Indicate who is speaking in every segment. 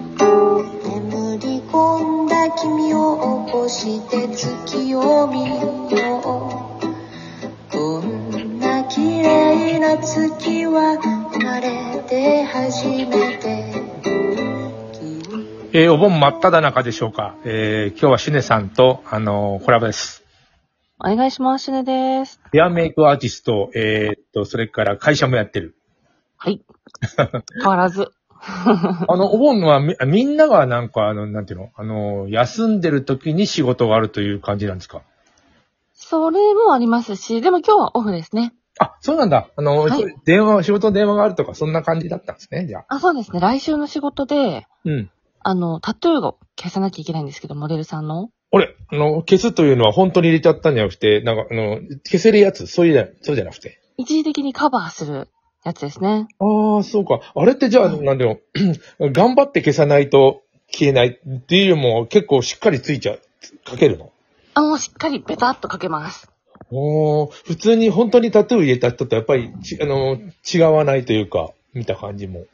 Speaker 1: 眠り込んだ君を起こして月を見ようこんな綺麗な月は生まれて初めて
Speaker 2: えーお盆真っ只中でしょうか。えー今日はシネさんと、あのーコラボです。
Speaker 3: お願いします、しねです。
Speaker 2: ヘアメイクアーティスト、えーっと、それから会社もやってる。
Speaker 3: はい。 変わらず。
Speaker 2: あの、お盆はみみんながなんか、あの、なんていうのあのー、休んでる時に仕事があるという感じなんですか
Speaker 3: それもありますし、でも今日はオフですね。
Speaker 2: あ、そうなんだ。あのー、
Speaker 3: はい
Speaker 2: 電話、仕事の電話があるとか、そんな感じだったんですね、じゃあ。
Speaker 3: あ、そうですね。来週の仕事で、
Speaker 2: うん。
Speaker 3: あの、タトゥーを消さなきゃいけないんですけど、モデルさんの。
Speaker 2: 俺、あの、消すというのは本当に入れちゃったんじゃなくて、なんか、あの、消せるやつ、そういうじゃ、そうじゃなくて。
Speaker 3: 一時的にカバーするやつですね。
Speaker 2: ああ、そうか。あれってじゃあ、なんでも、 頑張って消さないと消えないっていうよりも結構しっかりついちゃう、かけるの。
Speaker 3: あ、もうしっかりベタっとかけます。
Speaker 2: おー普通に本当にタトゥー入れた人とやっぱりち、あの、違わないというか、見た感じも。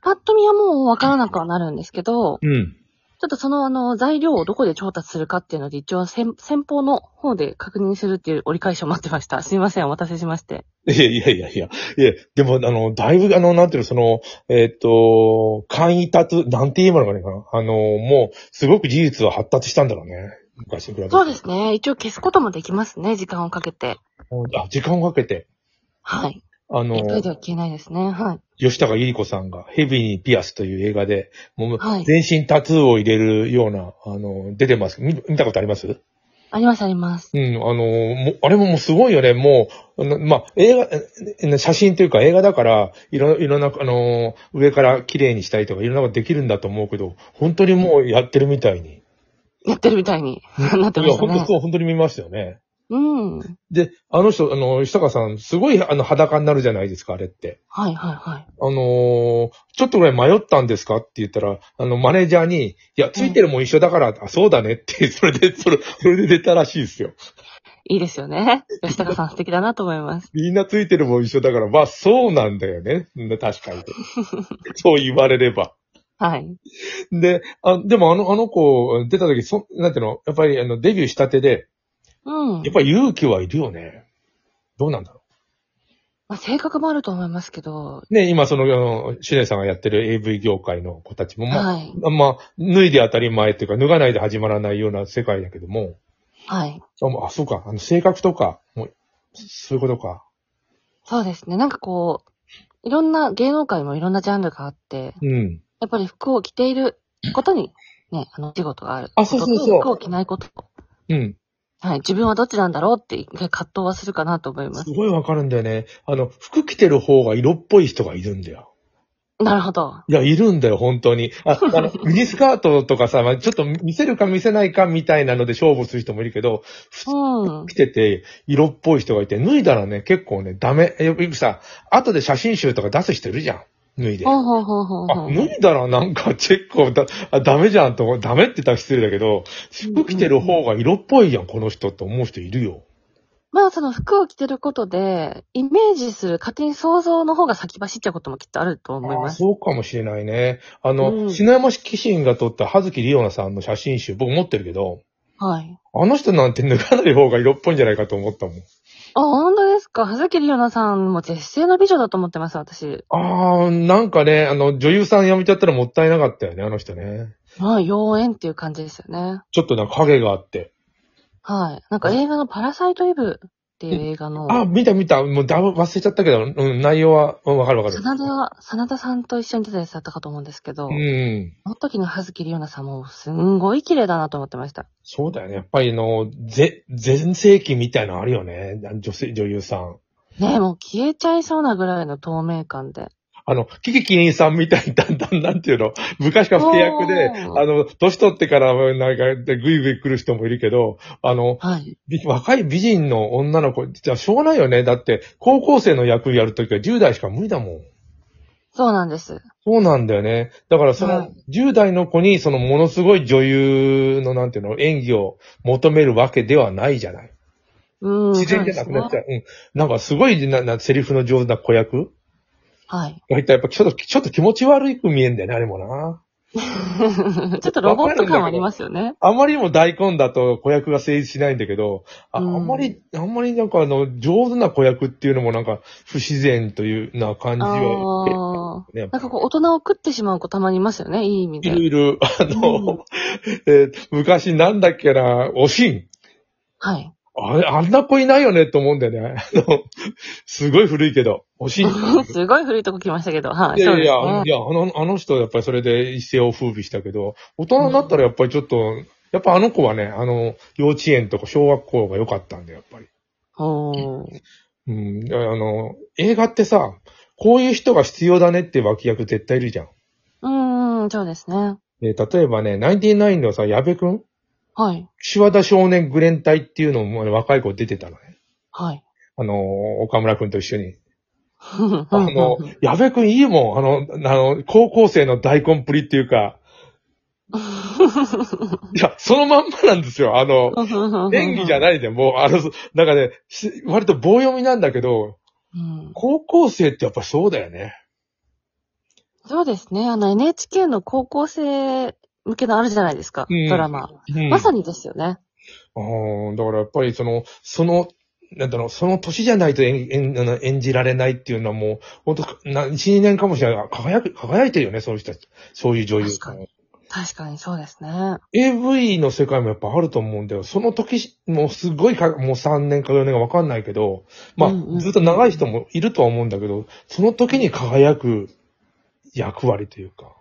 Speaker 3: パッと見はもうわからなくはなるんですけど、
Speaker 2: うん。
Speaker 3: ちょっとそのあの、材料をどこで調達するかっていうので、一応先先方の方で確認するっていう折り返しを待ってました。すいません、お待たせしまして。
Speaker 2: いやいやいやいや。いや、でも、あの、だいぶ、あの、なんていうの、その、えーっと、簡易タトゥー、なんて言えばいいのかな。あの、もう、すごく技術は発達したんだろうね。昔に比べて。
Speaker 3: そうですね。一応消すこともできますね、時間をかけて。
Speaker 2: あ、時間をかけて。
Speaker 3: はい。
Speaker 2: あの、
Speaker 3: 一回では消えないですね。はい。
Speaker 2: 吉高由里子さんがヘビーにピアスという映画で、もう
Speaker 3: はい
Speaker 2: 全身タトゥーを入れるような、あの、出てます。見見たことあります
Speaker 3: ありますあります。
Speaker 2: うん、あの、もうあれももうすごいよね。もう、あのまあ、映画、え写真というか映画だから、いろ、いろんな、あの、上から綺麗にしたりとか、いろんなことできるんだと思うけど、本当にもうやってるみたいに。
Speaker 3: やってるみたいになって
Speaker 2: い
Speaker 3: ま
Speaker 2: や、
Speaker 3: した
Speaker 2: 本当
Speaker 3: ね。
Speaker 2: そう、本当に見ましたよね。
Speaker 3: うん。はい
Speaker 2: で、あの人、あの、吉高さん、すごい、あの、裸になるじゃないですか、あれって。
Speaker 3: はいはい。
Speaker 2: あのーちょっとぐらい迷ったんですかって言ったら、あの、マネージャーに、いや、ついてるもん一緒だから、あ、そうだねって、 それで、それ、それで出たらしいですよ。
Speaker 3: いいですよね。吉高さん素敵だなと思います。
Speaker 2: みんなついてるもん一緒だから、まあ、そうなんだよね。うん確かに。そう言われれば。
Speaker 3: はい。
Speaker 2: で、あ、でもあの、あの子、出た時、そ、なんていうの、やっぱり、あの、デビューしたてで、
Speaker 3: うん
Speaker 2: や。っぱり勇気はいるよね。どうなんだろ
Speaker 3: まあ、性格もあると思いますけど、
Speaker 2: う。ね、今、その、あの、シュネさんがやってる AV 業界の子たちも、まあ、
Speaker 3: はい。
Speaker 2: まあ、脱いで当たり前っていうか、脱がないで始まらないような世界だけども、
Speaker 3: はい。
Speaker 2: あ、もうあそうか、あの、性格とか、もう、そういうことか。
Speaker 3: そうですね。なんかこう、いろんな芸能界もいろんなジャンルがあって、
Speaker 2: うん。
Speaker 3: やっぱり服を着ていることに、ね、あの、仕事がある。
Speaker 2: あそうそうそう
Speaker 3: ことと服を着ないこと。
Speaker 2: うん。
Speaker 3: はい。自分はどっちなんだろうって、一回葛藤はするかなと思います
Speaker 2: す。ごいわかるんだよね。あの、服着てる方が色っぽい人がいるんだよ。
Speaker 3: なるほど。
Speaker 2: いや、いるんだよ、本当に。あ、あ の、ミニスカートとかさ、まあちょっと見せるか見せないかみたいなので勝負する人もいるけど、
Speaker 3: うん
Speaker 2: 着。てて色っぽい人がいて、脱いだらね、結構ね、ダメ。えよくさ、後で写真集とか出す人いるじゃん。脱いで。
Speaker 3: ほうほうほうほうほ
Speaker 2: あ、
Speaker 3: う。
Speaker 2: 脱いだらなんかチェックをだ、あダメじゃんと思う、ダメって言ったら失礼だけど、服着てる方が色っぽいやん、この人って思う人いるよ。
Speaker 3: まあその服を着てることで、イメージする勝手に想像の方が先走っちゃうこともきっとあると思い
Speaker 2: あ
Speaker 3: ます。
Speaker 2: そうかもしれないね。あの、
Speaker 3: うん
Speaker 2: 篠山紀信が撮った葉月里央奈さんの写真集、僕持ってるけど、
Speaker 3: はい。
Speaker 2: あの人なんて脱がない方が色っぽいんじゃないかと思ったもん。
Speaker 3: あ、本当ですか。葉月里央奈さんも絶世の美女だと思ってます、私。
Speaker 2: あー、なんかね、あの、女優さん辞めちゃったらもったいなかったよね、あの人ね。
Speaker 3: まあ、妖艶っていう感じですよね。
Speaker 2: ちょっとなんか影があって。
Speaker 3: はい。なんか映画のパラサイトイブっていう映画の、
Speaker 2: あ、見た見た。もうだいぶ忘れちゃったけど、うん、内容は、うんわかるわかる。
Speaker 3: 真田、真田さんと一緒に出たやつだったかと思うんですけど、
Speaker 2: うん。
Speaker 3: その時の葉月里央奈さんもすんごい綺麗だなと思ってました。
Speaker 2: そうだよね。やっぱりあの、ぜ、全盛期みたいなのあるよね。女性、女優さん。
Speaker 3: ねえ、もう消えちゃいそうなぐらいの透明感で。
Speaker 2: あの、キキキリンさんみたいに、だんだん、なんていうの、昔から不役で、
Speaker 3: おー
Speaker 2: あの、年取ってから、なんか、ぐいぐい来る人もいるけど、あの、
Speaker 3: はい。
Speaker 2: び若い美人の女の子、じゃあしょうがないよね。だって、高校生の役やるときは10代しか無理だもん。
Speaker 3: そうなんです。
Speaker 2: そうなんだよね。だからそ
Speaker 3: は
Speaker 2: の
Speaker 3: い
Speaker 2: 10代の子にそのものすごい女優のなんていうの演技を求めるわけではないじゃない。
Speaker 3: うん。
Speaker 2: 自然じゃなくなっちゃう。うん。なんかすごいな、な、セリフの上手な子役
Speaker 3: はい。
Speaker 2: がいたらやっぱちょっと、ちょっと気持ち悪く見えんだよね、あれもな。
Speaker 3: ちょっとロボット感はありますよね。
Speaker 2: あまりにも大根だと子役が成立しないんだけど、ああ
Speaker 3: うん
Speaker 2: んまり、あんまりなんかあの、上手な子役っていうのもなんか不自然というな感じ
Speaker 3: あ
Speaker 2: は、
Speaker 3: あ。
Speaker 2: ね、
Speaker 3: なんかこう、大人を食ってしまう子たまにいますよね、いい意味
Speaker 2: い
Speaker 3: で
Speaker 2: ろ。いろ、あ
Speaker 3: う
Speaker 2: の
Speaker 3: ん、
Speaker 2: えー昔なんだっけな、おしん。
Speaker 3: はい。
Speaker 2: あれ、あんな子いないよねって思うんだよね。あの、すごい古いけど、おしん。
Speaker 3: すごい古いとこ来ましたけど、はい。
Speaker 2: いやいやいや、
Speaker 3: そうです
Speaker 2: いや、あの、あの人はやっぱりそれで一世を風靡したけど、大人になったらやっぱりちょっと、やっぱあの子はね、あの、幼稚園とか小学校が良かったんだよ、やっぱり。
Speaker 3: おー
Speaker 2: うん、あの、映画ってさ、こういう人が必要だねって脇役絶対いるじゃん。
Speaker 3: うーん、そうですね。
Speaker 2: で例えばね、ナインティナインのさ、矢部くん
Speaker 3: はい。
Speaker 2: 岸和田少年グレン隊っていうのも、ね、若い子出てたのね。
Speaker 3: はい。
Speaker 2: あの、岡村くんと一緒に。あ
Speaker 3: あ
Speaker 2: の、矢部くんいいもん。あの、あの、高校生の大根プリっていう か。いや、そのまんまなんですよ。あの、演技じゃ
Speaker 3: ない。
Speaker 2: ないで、もう、あの、なんかね、し割と棒読みなんだけど、
Speaker 3: うん
Speaker 2: 高校生ってやっぱそうだよね。
Speaker 3: そうですね。あの NHK の高校生向けのあるじゃないですか、
Speaker 2: うん
Speaker 3: ドラマ。
Speaker 2: うん
Speaker 3: まさにですよね。
Speaker 2: うん、だからやっぱりその、その、なんだろう、その年じゃないと演演あの演じられないっていうのはもう、本当な、1、2年かもしれない。輝く、輝いてるよね、そういう人たち。そういう女優さん
Speaker 3: 確か確かにそうですね。
Speaker 2: AV の世界もやっぱあると思うんだよ。その時し、もうすごいか、もう3年か4年かわかんないけど、まあ、
Speaker 3: うんうん
Speaker 2: ずっと長い人もいるとは思うんだけど、その時に輝く役割というか、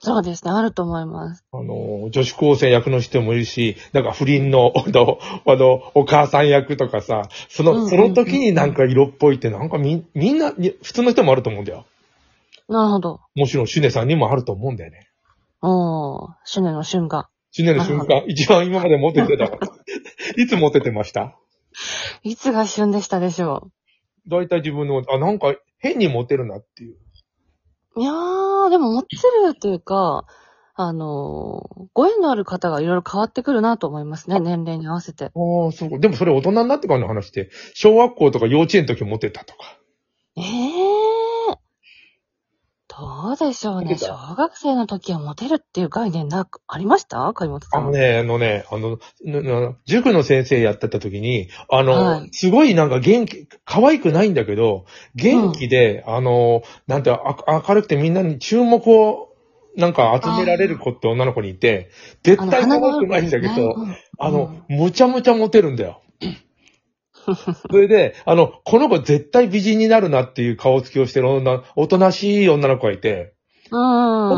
Speaker 3: そうですね。あると思います。
Speaker 2: あの、女子高生役の人もいるし、なんか不倫の、 あの、あのお母さん役とかさ、そ
Speaker 3: うんうんう
Speaker 2: の、
Speaker 3: ん
Speaker 2: その時になんか色っぽいって、なんかみ、みんな、いや普通の人もあると思うんだよ。
Speaker 3: なるほど。
Speaker 2: もちろん、シュネさんにもあると思うんだよね。
Speaker 3: おー、シュネの旬が。
Speaker 2: シュネの瞬間、一番今までモテてた。 いつモテてました
Speaker 3: いつが旬でしたでしょ
Speaker 2: 大体自分の、あ、なんか変にモテるなっていう。
Speaker 3: う。いやー、でも持ってるというか、あのーご縁のある方がいろいろ変わってくるなと思いますね。年齢に合わせて。
Speaker 2: ああ、そうか。でもそれ大人になってからの話で、小学校とか幼稚園の時モテたとか。
Speaker 3: ええどうでしょう
Speaker 2: モ
Speaker 3: ね。
Speaker 2: テた
Speaker 3: 小学生の時はモテるっていう概念なく、ありましたか本さ
Speaker 2: あ
Speaker 3: ん。
Speaker 2: のね、あのね、あの、なな塾の先生やってた時に、あの、
Speaker 3: はい
Speaker 2: すごいなんか元気、可愛くないんだけど、元気で、あの、なんて、あ明るくてみんなに注目を、なんか集められる子って女の子にいて、絶対可愛くないんだけど、
Speaker 3: 花の部分ですね
Speaker 2: あの、むちゃむちゃモテるんだ よ。それで、あの、この子絶対美人になるなっていう顔つきをしてる女、おとなしい女の子がいて、
Speaker 3: うん。
Speaker 2: こ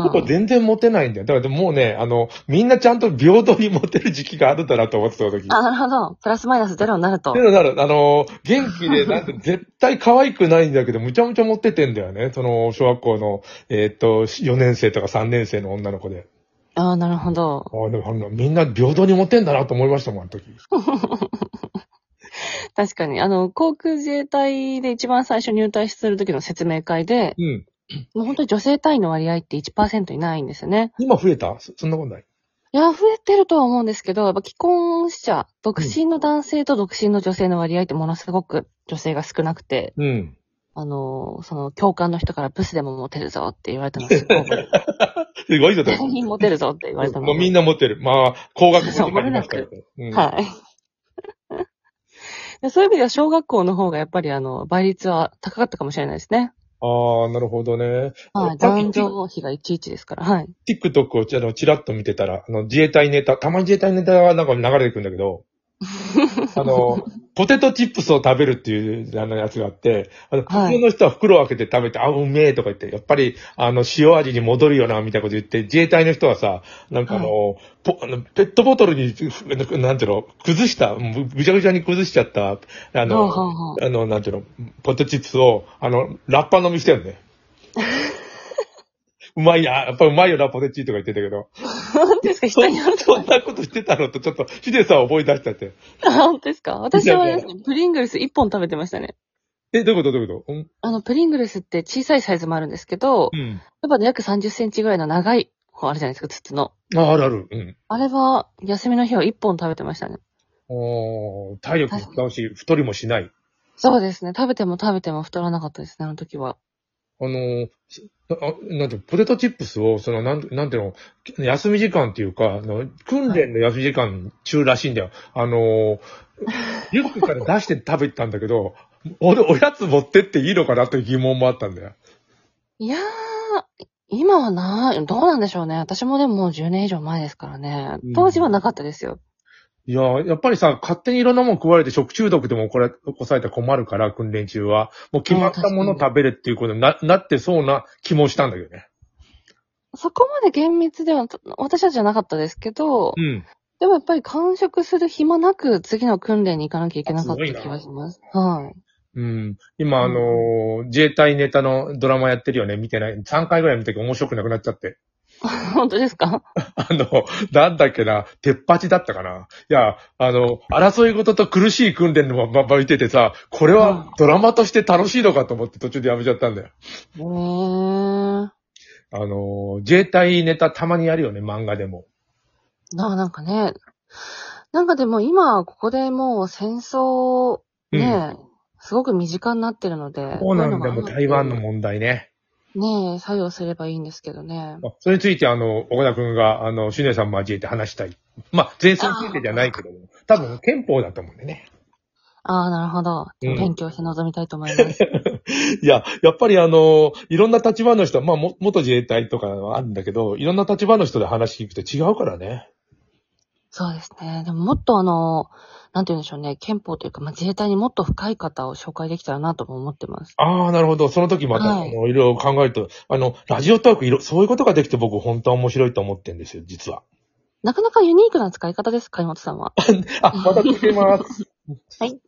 Speaker 2: の子全然モテないんだよ。だからもうね、あの、みんなちゃんと平等にモテる時期があるんだなと思ってた時。
Speaker 3: あ、なるほど。プラスマイナスゼロになると
Speaker 2: て。いうのなる、あの、元気で、なんか絶対可愛くないんだけど、むちゃむちゃモテてんだよね。その、小学校の、えーっと、4年生とか3年生の女の子で。
Speaker 3: ああ、なるほど。
Speaker 2: ああ、でもあのみんな平等にモテんだなと思いましたもん、あの時。
Speaker 3: 確かに、あの、航空自衛隊で一番最初入隊する時の説明会で、
Speaker 2: うん。
Speaker 3: もう本当に女性隊員の割合って1%いないんですよね。
Speaker 2: 今増えたそそんなことない。
Speaker 3: いや、増えてるとは思うんですけど、やっぱ既婚者、独身の男性と独身の女性の割合ってものすごく女性が少なくて、
Speaker 2: うん。
Speaker 3: あのー、その教官の人からブスでもモテるぞって言われた のすごく、
Speaker 2: すごい人だよ。
Speaker 3: 全員モテるぞって言われたの
Speaker 2: もうみんな持ってる。まあ、高額もありましたけど。うん
Speaker 3: はい。 でそういう意味では小学校の方がやっぱりあの、倍率は高かったかもしれないですね。
Speaker 2: ああ、なるほどね。
Speaker 3: は
Speaker 2: さっ
Speaker 3: い。
Speaker 2: き
Speaker 3: 男女比がいちいちですから、はい。
Speaker 2: TikTok をちあのチラッと見てたら、あの、自衛隊ネタ、たまに自衛隊ネタがなんか流れてくるんだけ ど、あの、ポテトチップスを食べるっていう、あの、やつがあって、あの、
Speaker 3: はい
Speaker 2: 普通の人は袋を開けて食べて、あ、うめえとか言って、やっぱり、あの、塩味に戻るよな、みたいなこと言って、自衛隊の人はさ、なんかあの、ポあのペットボトルに、ふなんていうの、崩した、ぐぐちゃぐちゃに崩しちゃった、あ
Speaker 3: はあ
Speaker 2: の、
Speaker 3: はあは
Speaker 2: あの、なんていうの、ポテトチップスを、あの、ラッパ飲みしてる ね。うまいや、やっぱうまいよな、ポテチとか言ってたけど。
Speaker 3: あ。本当ですか人によると
Speaker 2: そんなことしてたのと、ちょっと、ヒデさん覚え出しちゃって。
Speaker 3: 本当ですか私はあれですね、プリングルス1本食べてましたね。
Speaker 2: え、どういうことどういうことうん
Speaker 3: あの、プリングルスって小さいサイズもあるんですけど、
Speaker 2: うん。
Speaker 3: やっぱね約30センチぐらいの長い方あるじゃないですか、筒の。
Speaker 2: あ、あるある。うん。
Speaker 3: あれは、休みの日は1本食べてましたね。
Speaker 2: おー体力も使うし、太りもしない。
Speaker 3: そうですね。食べても食べても太らなかったですね、あの時は。
Speaker 2: あのーしなあなんていうのポテトチップスを、その、なん、なんていうの、休み時間っていうか、あの訓練の休み時間中らしいんだよ。あのー、リュックから出して食べてたんだけど、俺、おやつ持ってっていいのかなという疑問もあったんだよ。
Speaker 3: いやー、今はない、どうなんでしょうね。私もでももう10年以上前ですからね
Speaker 2: うん。
Speaker 3: 当時はなかったですよ。
Speaker 2: いやー、やっぱりさ、勝手にいろんなもん食われて食中毒でも起こら起こされたら困るから、訓練中は。もう決まったもの食べるっていうことにななってそうな気もしたんだけどね。
Speaker 3: そこまで厳密では、私たちじゃなかったですけど、
Speaker 2: うん。
Speaker 3: でもやっぱり完食する暇なく次の訓練に行かなきゃいけなかった
Speaker 2: すごいな
Speaker 3: 気がします。はい。
Speaker 2: うん。今、あのー自衛隊ネタのドラマやってるよね。見てない。3回ぐらい見たけど面白くなくなっちゃって。
Speaker 3: 本当ですか
Speaker 2: あの、なんだっけな、鉄八だったかな。いや、あの、争い事と苦しい訓練のままま見ててさ、これはドラマとして楽しいのかと思って途中でやめちゃったんだよ。
Speaker 3: ねえ。な
Speaker 2: あのー自衛隊ネタたまにやるよね、漫画でも。
Speaker 3: あ、なんかね。なんかでも今、ここでもう戦争、
Speaker 2: うん
Speaker 3: ね、すごく身近になってるので。
Speaker 2: そうなんだよ、
Speaker 3: こい
Speaker 2: も
Speaker 3: の
Speaker 2: う
Speaker 3: が
Speaker 2: 台湾の。問題ね。
Speaker 3: ねえ、作用すればいいんですけどね。
Speaker 2: あそれについて、あの、岡田くんが、あの、シュネさん交えて話したい。まあ、前線についてじゃないけども、多分憲法だと思うんでね。
Speaker 3: ああ、なるほど。
Speaker 2: うん
Speaker 3: 勉強して臨みたいと思い ます。
Speaker 2: いや、やっぱりあの、いろんな立場の人、まあ、も、元自衛隊とかはあるんだけど、いろんな立場の人で話聞くと違うからね。
Speaker 3: そうですね。でももっとあの、なんて言うんでしょうね。憲法というか、まあ、自衛隊にもっと深い方を紹介できたらなとも思ってます。
Speaker 2: ああ、なるほど。その時また、
Speaker 3: はい
Speaker 2: あのいろいろ考えると、あの、ラジオトーク、いろ、そういうことができて僕本当は面白いと思ってるんですよ、実は。
Speaker 3: なかなかユニークな使い方です、貝本さんは。
Speaker 2: あ、また聞けます。
Speaker 3: はい。